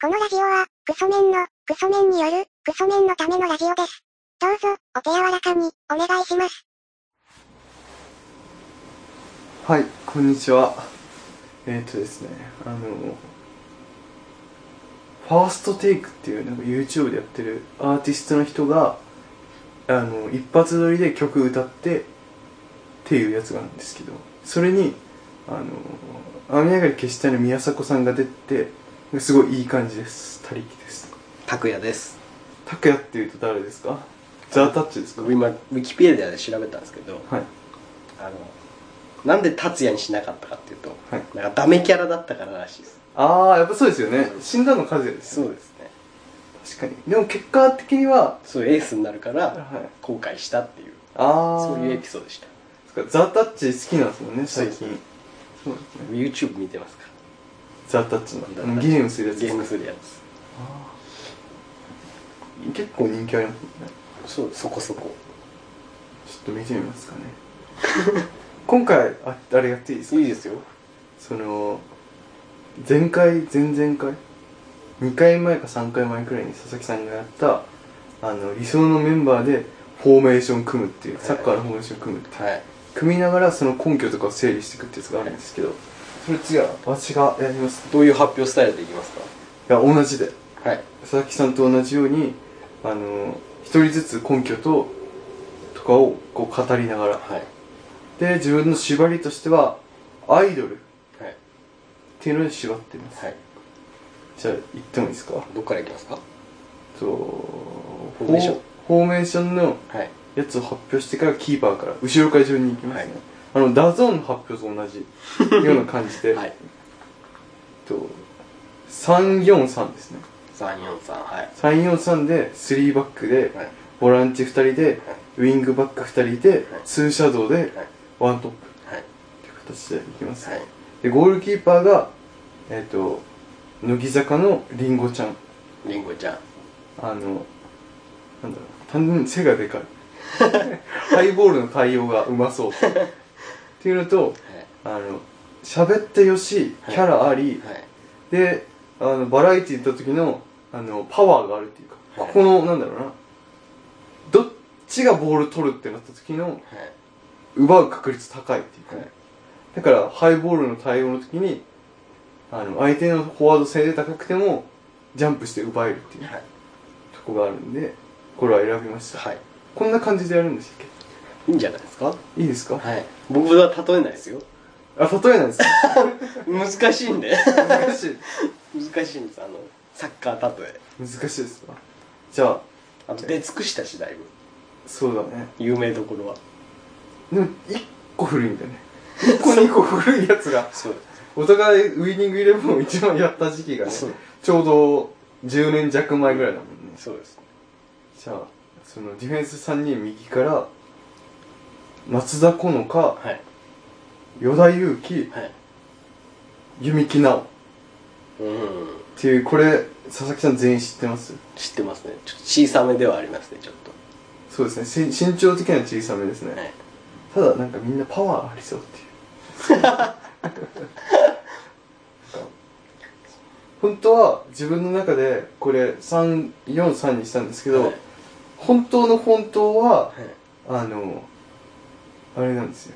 このラジオは、クソメンの、クソメンによる、クソメンのためのラジオです。どうぞ、お手柔らかに、お願いします。はい、こんにちは。えっ、とですね、あの、ファーストテイクっていうなんか YouTube でやってるアーティストの人が、あの、一発撮りで曲歌ってっていうやつがあるんですけど、それに、あの、雨上がり消したいの宮迫さんが出て、すごいいい感じです。他力です。拓也です拓也っていうと誰ですかザ・タッチですか僕今ウィキペディアで調べたんですけどはい。あのなんで達也にしなかったかっていうと、はいなんかダメキャラだったかららしいですあー、やっぱそうですよね。死んだの和也ですよね。うですね確かに。でも結果的には、そうエースになるからはい。後悔したっていうああそういうエピソードでしたザ・タッチ好きなんですもんね最そう近そうですね YouTube 見てますかザ・タッチのらあのゲームするやつゲームするやつあー結構人気ありますもんねそうそこそこちょっと見てみます かね今回ああれやっていいですかいいですよその前回前々回2回前か3回前くらいに佐々木さんがやったあの理想のメンバーでフォーメーション組むっていう、はいサッカーのフォーメーション組むっていうはい組みながらその根拠とかを整理していくってやつがあるんですけどそれ次は私がやりますどういう発表スタイルでいきますいや同じでかはい佐々木さんと同じようにあの一人ずつ根拠ととかをこう語りながらはいで自分の縛りとしてはアイドルっはいていうのに縛ってますはいじゃあ言ってもいいですかどっからいきますかとフォーメーションフォーメーションのはいやつを発表してからキーパーから後ろから順に行きますね、あのダゾーンの発表と同じような感じで、 はいと343ですね343はい343で3バックではいボランチ2人でウイングバック2人ではいツーシャドウではいワントップはいという形でいきます、はいでゴールキーパーがえっ、と乃木坂のりんごちゃんりんごちゃんあのなんだろう単純に背がでかい ハイボールの対応がうまそうっていうのとはいあの喋ってよしキャラあり、はいであのバラエティー行った時のあのパワーがあるっていうか、はいここのなんだろうなどっちがボール取るってなった時のはい奪う確率高いっていうか、ねはいだからハイボールの対応の時にあの相手のフォワード性で高くてもジャンプして奪えるっていうはいとこがあるんでこれは選びました、はいこんな感じでやるんでしたっいいんじゃないですかけいいですか、はい僕は例えないですよあ例えなんですか難しいんで 難しい難しいんですあのサッカー例え難しいですかじゃああと出尽くしたしだいぶそうだね有名どころはでも1個古いんだよね1個2個古いやつがそうお互いウイニングイレブンを一番やった時期がねそうちょうど10年弱前ぐらいだもんねそうですじゃあそのディフェンス3人右から松田好花かはい与田祐希はい弓木奈緒うんっていうこれ佐々木さん全員知ってます知ってますねちょっと小さめではありますねちょっとそうですねし身長的には小さめですね、はいただなんかみんなパワーありそうっていう なんか本当は自分の中でこれ343にしたんですけど、はい本当の本当ははいあのあれなんですよ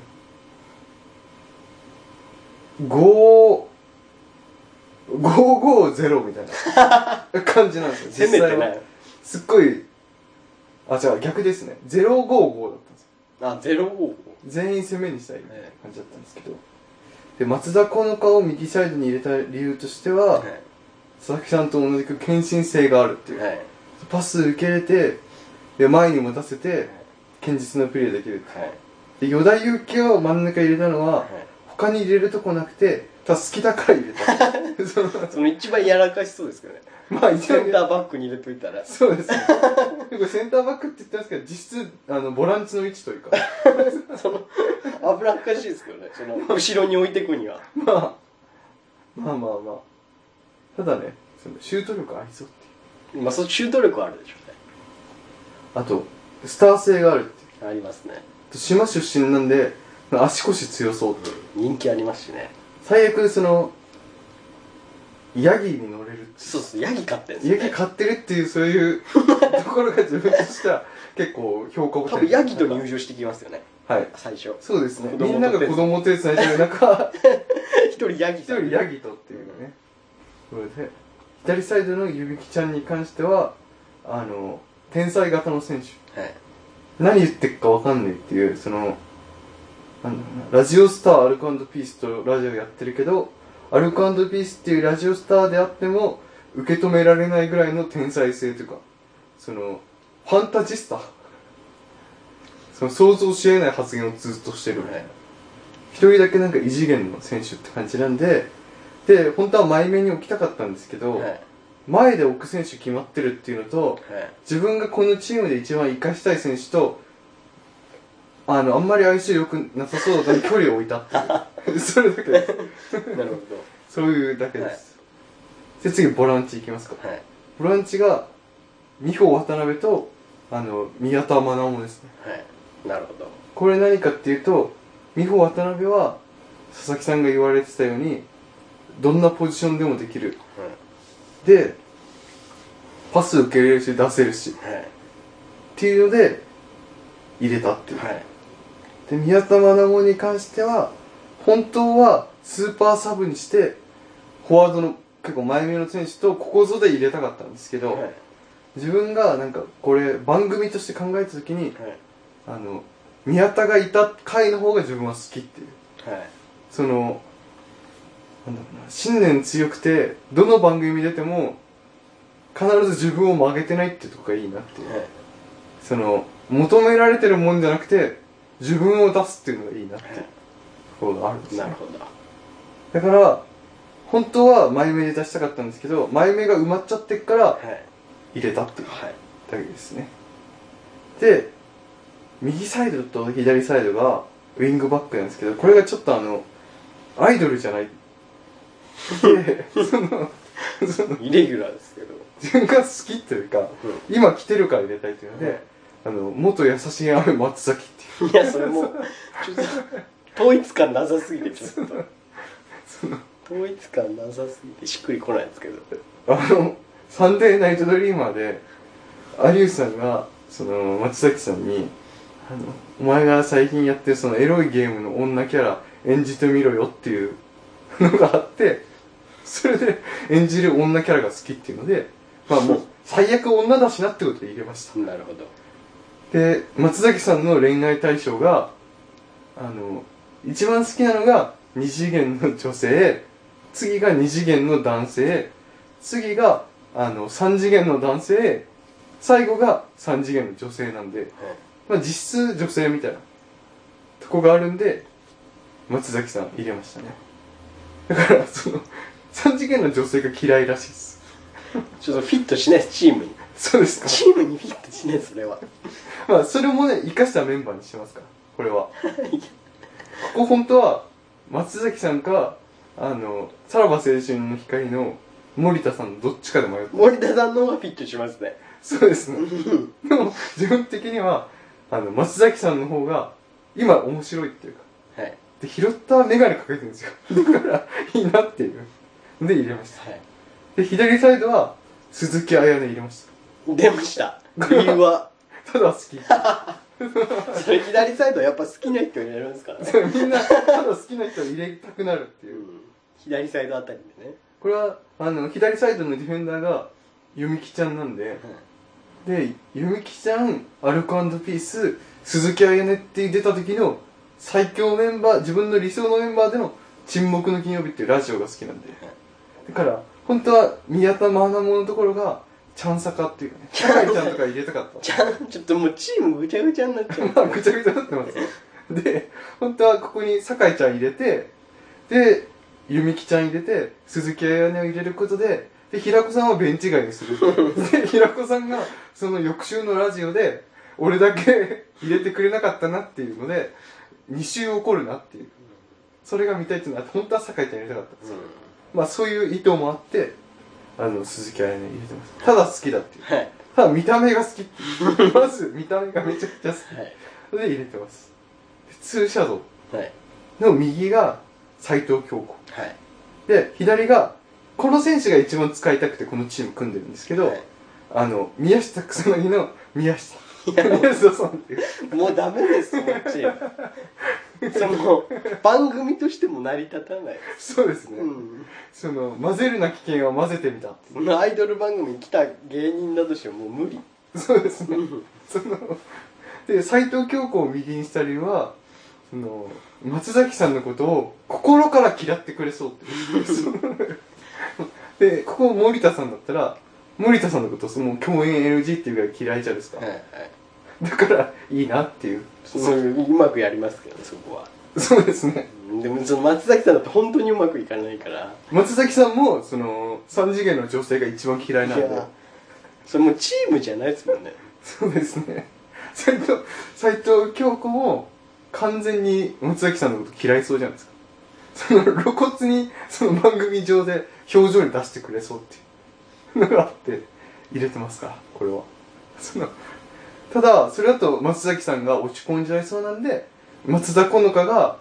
5 550みたい な感じなんですよ攻めてな実際はいすっごいあ違う逆ですね055だったんですよあゼロ五全員攻めにしたいみたいな感じだったんですけど、で松田好花を右サイドに入れた理由としては、は佐々木さんと同じく献身性があるっていいう、はいパス受けれてで前にも出せて堅実なプレーできるっていう、はいで与田祐希を真ん中入れたのは、はい他に入れるとこなくてただ好きだから入れ たそのその一番やらかしそうですけどねまあ一応センねターバックに入れといたらそうですねこれセンターバックって言ってますけど実質あのボランチの位置という かその危なっかしいですけどねその後ろに置いてくにはまあまあまあまあただねそのシュート力ありそうっていうまあそのシュート力はあるでしょあとスター性があるっていううねありますねあと島出身なんで足腰強そうっていう人気ありますしね最悪そのヤギに乗れるってそうっすヤギ飼ってんすヤよ、ギね、飼ってるっていうそういう ところが自分としては結構評価を多分ヤギと入場してきますよねはい最初そうですね子供とみんなが子供手伝いしてる中一人ヤギ一人ヤギとっていうねそれで左サイドのゆびきちゃんに関してはあの天才型の選手はい何言ってっかわかんねえっていうそのなんだろうなラジオスターアルコピースとラジオやってるけどアルコピースっていうラジオスターであっても受け止められないぐらいの天才性というかそのファンタジスタその想像し得ない発言をずっとしてるはい一人だけなんか異次元の選手って感じなんでで本当は前目に置きたかったんですけど、はいはい前で置く選手決まってるっていうのと、自分がこのチームで一番活かしたい選手とあのあんまり相性良くなさそうだに距離を置いたっていうそれだけですなるほそういうだけです、で次ボランチいきますかどはいボランチが美穂渡辺とあの宮田真奈ですねはいなるほどこれ何かっていうと美穂渡辺は佐々木さんが言われてたようにどんなポジションでもできるでパス受けれるし出せるしっはいていうので入れたっていうはいで宮田真奈に関しては本当はスーパーサブにしてフォワードの結構前目の選手とここぞで入れたかったんですけど、はい自分がなんかこれ番組として考えた時にはいあの宮田がいた回の方が自分は好きっていうはいそのなんだろうな信念強くてどの番組に出ても必ず自分を曲げてないってとこがいいなっていうはいその求められてるもんじゃなくて自分を出すっていうのがいいなっていうところがあるんですなるねほどだから本当は前目で出したかったんですけど前目が埋まっちゃってっからはい入れたっていうだはいけですねで右サイドと左サイドがウィングバックなんですけどこれがちょっとあのアイドルじゃないでそのそのイレギュラーですけど自分が好きというかう今来てるから入れたいというのであの元優しい雨松崎っていうんいやそれもうちょっと統一感なさすぎてちょっとその統一感なさすぎてしっくりこないですけどあの「サンデーナイトドリーマーで」有吉さんがその松崎さんにあの「お前が最近やってるそのエロいゲームの女キャラ演じてみろよ」っていうのがあってそれで演じる女キャラが好きっていうのでまあもう最悪女だしなってことで入れましたなるほどで松崎さんの恋愛対象があの一番好きなのが二次元の女性次が二次元の男性次があの三次元の男性最後が三次元の女性なんで、まあ、実質女性みたいなとこがあるんで松崎さん入れましたねだからその三次元の女性が嫌いらしいですちょっとフィットしないですチームにそうですかチームにフィットしないですそれは まあそれもね生かしたメンバーにしてますからこれはここ本当は松崎さんかあのさらば青春の光の森田さんのどっちかで迷って森田さんの方がフィットしますねそうですねでも自分的にはあの松崎さんの方が今面白いっていうかはいはいで拾った眼鏡かけてるんですよだからいいなっていうで入れましたで左サイドは鈴木彩音入れまし出ました理由はたただ好きそれ左サイドやっぱ好きな人になりますからね、みんなただ好きな人を入れたくなるってう、いうん左サイドあたりでね、 これはあの左サイドのディフェンダーが弓木ちゃんなんで、で、ゆみきちゃん、アルコピース、鈴木あやねって出た時の最強メンバー、自分の理想のメンバーでの沈黙の金曜日っていうラジオが好きなんで。だから、本当は宮田真奈ものところが、ちゃんさかっていうかね、高井ちゃんとか入れたかっちゃんちょっともうチームぐちゃぐちゃになっちゃうた。まあ、 ぐちゃぐちゃになってますよ。で、本当はここに酒井ちゃん入れて、で、ゆみきちゃん入れて、鈴木あやねを入れることで、で、平子さんはベンチ外にする。で、平子さんが、その翌週のラジオで、俺だけ 入れてくれなかったなっていうので、2週怒るなっていう。それが見たいっていうのは、本当は酒井ちゃん入れたかったんですよ。う。まあ、そういう意図もあって、あの、鈴木あやね入れてます。ただ好きだっていうんはいただ見た目が好きっていう。まず、見た目がめちゃくちゃ好き。はいそれで入れてます。でツーシャドウはいの右が、斎藤京子。はいで、左がこの選手が一番使いたくてこのチーム組んでるんですけど、はいあの宮下草薙の宮下宮下さんっていうもうダメですこっちその番組としても成り立たないでそうですすね、うんその混ぜるな危険は混ぜてみたっていこのアイドル番組に来た芸人だとしてはもう無理うそうですね、うんそので斎藤京子を右にしたりはその松崎さんのことを心から嫌ってくれそうっていうその でここ森田さんだったら森田さんのことをその共演 NG っていうぐらい嫌いじゃないですか、はいはいだからいいなっていうそういううまくやりますけどねそこはそうですねうんでもその松崎さんだって本当にうまくいかないから松崎さんもその3次元の女性が一番嫌いなんいでやそれもうチームじゃないですもんねそうですね斎藤斎藤京子も完全に松崎さんのこと嫌いそうじゃないですかその露骨にその番組上で表情に出してくれそうっていうのがあって入れてますからこれはそのただそれだと松崎さんが落ち込んじゃいそうなんで松田好花が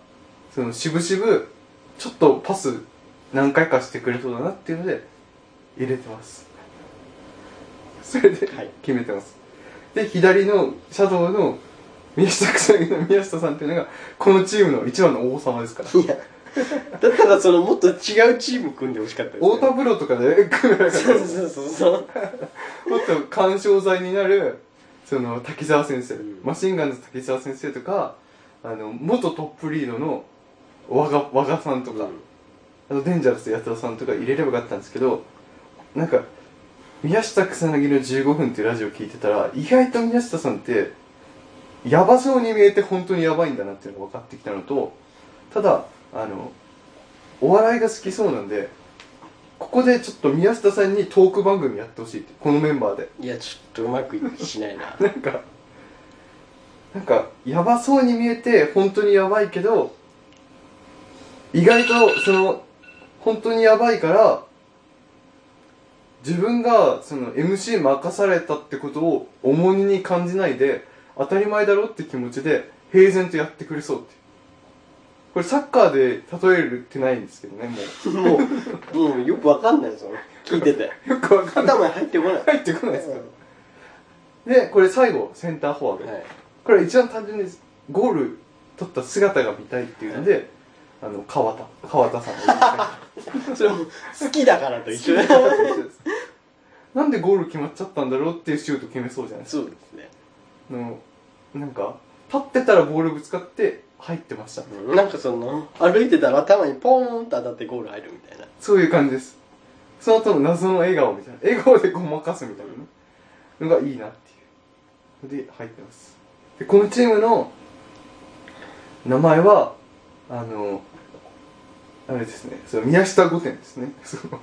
その渋々ちょっとパス何回かしてくれそうだなっていうので入れてますそれではい決めてます、で左のシャドウの宮下草薙の宮下さんっていうのがこのチームの一番の王様ですからいやだったらそのもっと違うチーム組んでほしかったです、ね、太田プロとかで組めなかった そうそうそうそうもっと緩衝材になるその滝沢先生、うんマシンガンズ滝沢先生とかあの元トップリードの和賀和賀さんとか、あとデンジャラス安田さんとか入れればよかったんですけどなんか宮下草薙の15分っていうラジオ聞いてたら意外と宮下さんってヤバそうに見えて本当にヤバいんだなっていうのが分かってきたのとただあのお笑いが好きそうなんでここでちょっと宮下さんにトーク番組やってほしいってこのメンバーでいやちょっとうまくしないななんかなんかヤバそうに見えて本当にヤバいけど意外とその本当にヤバいから自分がその MC 任されたってことを重荷に感じないで当たり前だろって気持ちで平然とやってくれそうってこれサッカーで例えるってないんですけどねももうもうよくわかんないその聞いててうよくわかんない頭に入ってこない入ってこないですからでこれ最後センターフォワード、はいこれ一番単純ですゴール取った姿が見たいっていうので、あの川田川田さんがそれも好きだからと 一緒言だって たなんでゴール決まっちゃったんだろうっていうシュート決めそうじゃないですそうですねかのなんか立ってたらボールぶつかって入ってましたなんかその歩いてたら頭にポーンと当たってゴール入るみたいなそういう感じですその後の謎の笑顔みたいな笑顔でごまかすみたいなねのがいいなっていうで入ってますでこのチームの名前はあのあれですねその宮下御殿ですね その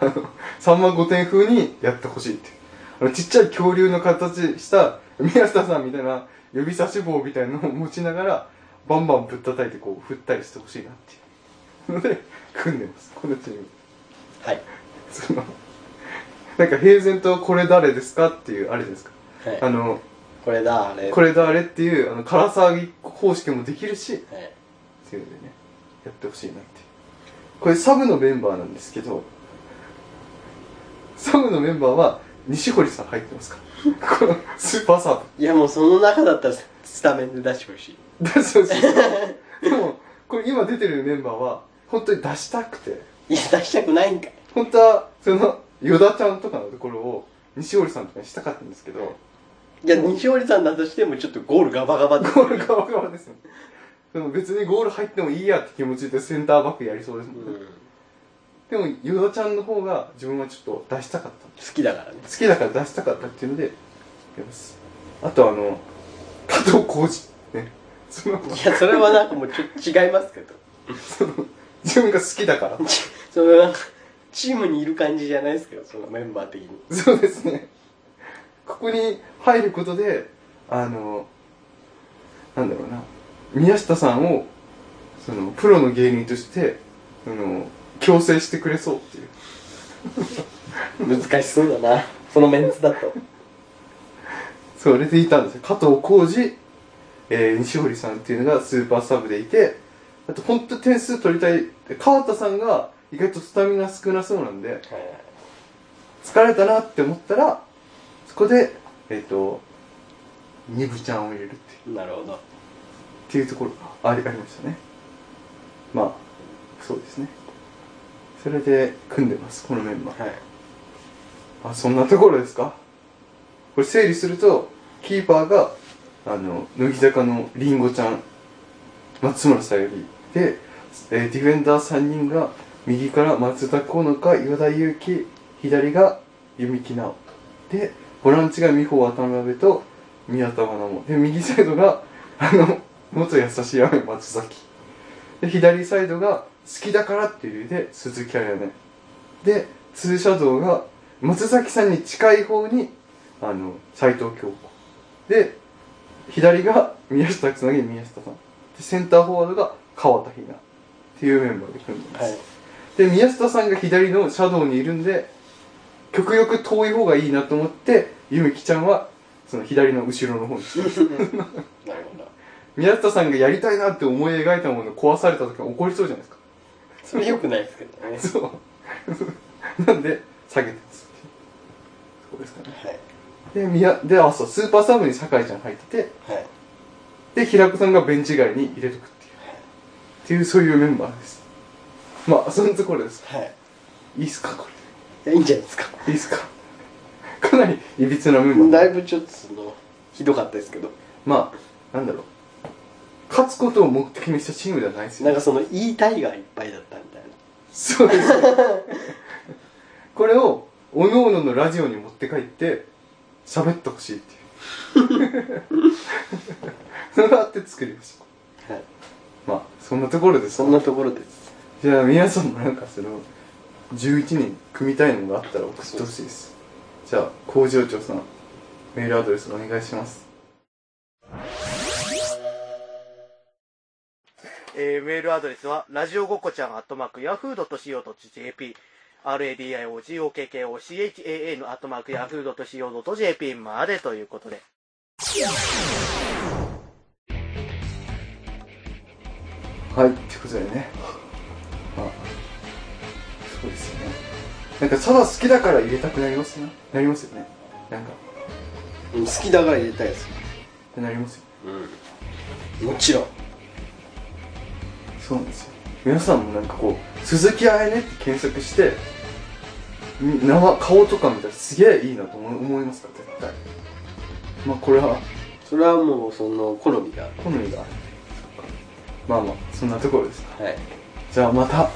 あのさんま御殿風にやってほしいっていうあのちっちゃい恐竜の形した宮下さんみたいな指差し棒みたいなのを持ちながらバンバンぶったたいてこう振ったりしてほしいなっていうので組んでますこのチームはいそのなんか平然と「これ誰ですか?」っていうあれですかあはいのこれだあれ「これ誰?」っていうあの唐騒ぎ方式もできるしっはいていうのでねやってほしいなってこれサブのメンバーなんですけどサブのメンバーは西堀さん入ってますからこのスーパーサーブいやもうその中だったらスタメンで出してほしい出してほしいでもこれ今出てるメンバーは本当に出したくていや出したくないんかい本当はその依田ちゃんとかのところを西堀さんとかにしたかったんですけどいや西堀さんだとしてもちょっとゴールガバガバってゴール側側ですねでも別にゴール入ってもいいやって気持ちでセンターバックやりそうですもうんね、ん好でも依田ちゃんの方が自分はちょっと出したかったきだからね好きだから出したかったっていうのでやりますあとあの加藤浩二ねそのいやそれはなんかもうちょっと違いますけどその自分が好きだからちそのなんかチームにいる感じじゃないですけどそのメンバー的に そうですね。ここに入ることで、あの、なんだろうな、宮下さんを、その、プロの芸人として、その、強制してくれそうっていう。難しそうだなそのメンツだとそれでいたんですよ。加藤浩二、えー、西堀さんっていうのがスーパーサブでいて、あと、本当点数取りたい。で川田さんが意外とスタミナ少なそうなんではいはい疲れたなって思ったらそこでえっ、とニブちゃんを入れるっていうなるほどっていうところがありありましたねまあそうですねそれで組んでますこのメンバーはいあそんなところですかこれ整理するとキーパーがあの乃木坂のりんごちゃん松村さゆりで、えーディフェンダー3人が右から松田好乃か岩田悠希左が弓木直でボランチが美穂渡辺と宮田真奈もで右サイドがあの元優しい雨松崎で左サイドが好きだからっていう理由で鈴木彩音でツーシャドウが松崎さんに近い方にあの斎藤京子で左が宮下つなぎ宮下さんでセンターフォワードが川田ひなっていうメンバーで組んでます、はいで宮下さんが左のシャドウにいるんで極力遠い方がいいなと思ってゆみきちゃんはその左の後ろの方になるほど宮下さんがやりたいなって思い描いたもの壊された時は怒りそうじゃないですかそれ良くないですけどねそう。なんで、下げてますっていう。そうですかね。はいで、宮、で、あ、そう、スーパーサブに酒井ちゃん入ってて、はいで、平子さんがベンチ外に入れとくっていう。っていう、そういうメンバーです。まあ、そのところです。はいいいっすか、こいやいいんじゃないですかれ。いいっすか。かなり、いびつなメンバだーい。ぶちょっとそのひどかったですけどまあ、なんだろう。勝つことを目的にしたチームではないですよねなんかその言いたいがいっぱいだったみたいなそうですねこれをおのおののラジオに持って帰って喋ってほしいっていうそれがあって作りましたはい、まあそんなところですそんなところです。じゃあ皆さんもなんかその11人組みたいのがあったら送ってほしいですじゃあ工場長さんメールアドレスお願いしますえーメールアドレスは、ラジオごこちゃん、アットマーク、ヤフー .co.jp、radiogokkocha のアットマーク、ヤフー .co.jp までということで。はいってことでねまあそうですよねなんかただ好きだから入れたくなりますねなりますよねなんかうん好きだから入れたいです。ってなりますようん。もちろん。そうなんですよ皆さんもなんかこう「鈴木あやね」って検索してみ名は顔とか見たらすげえいいなと思思いますか絶対まあこれはそれはもうその好みが。好みがあるまあまあそんなところですかはい。じゃあまた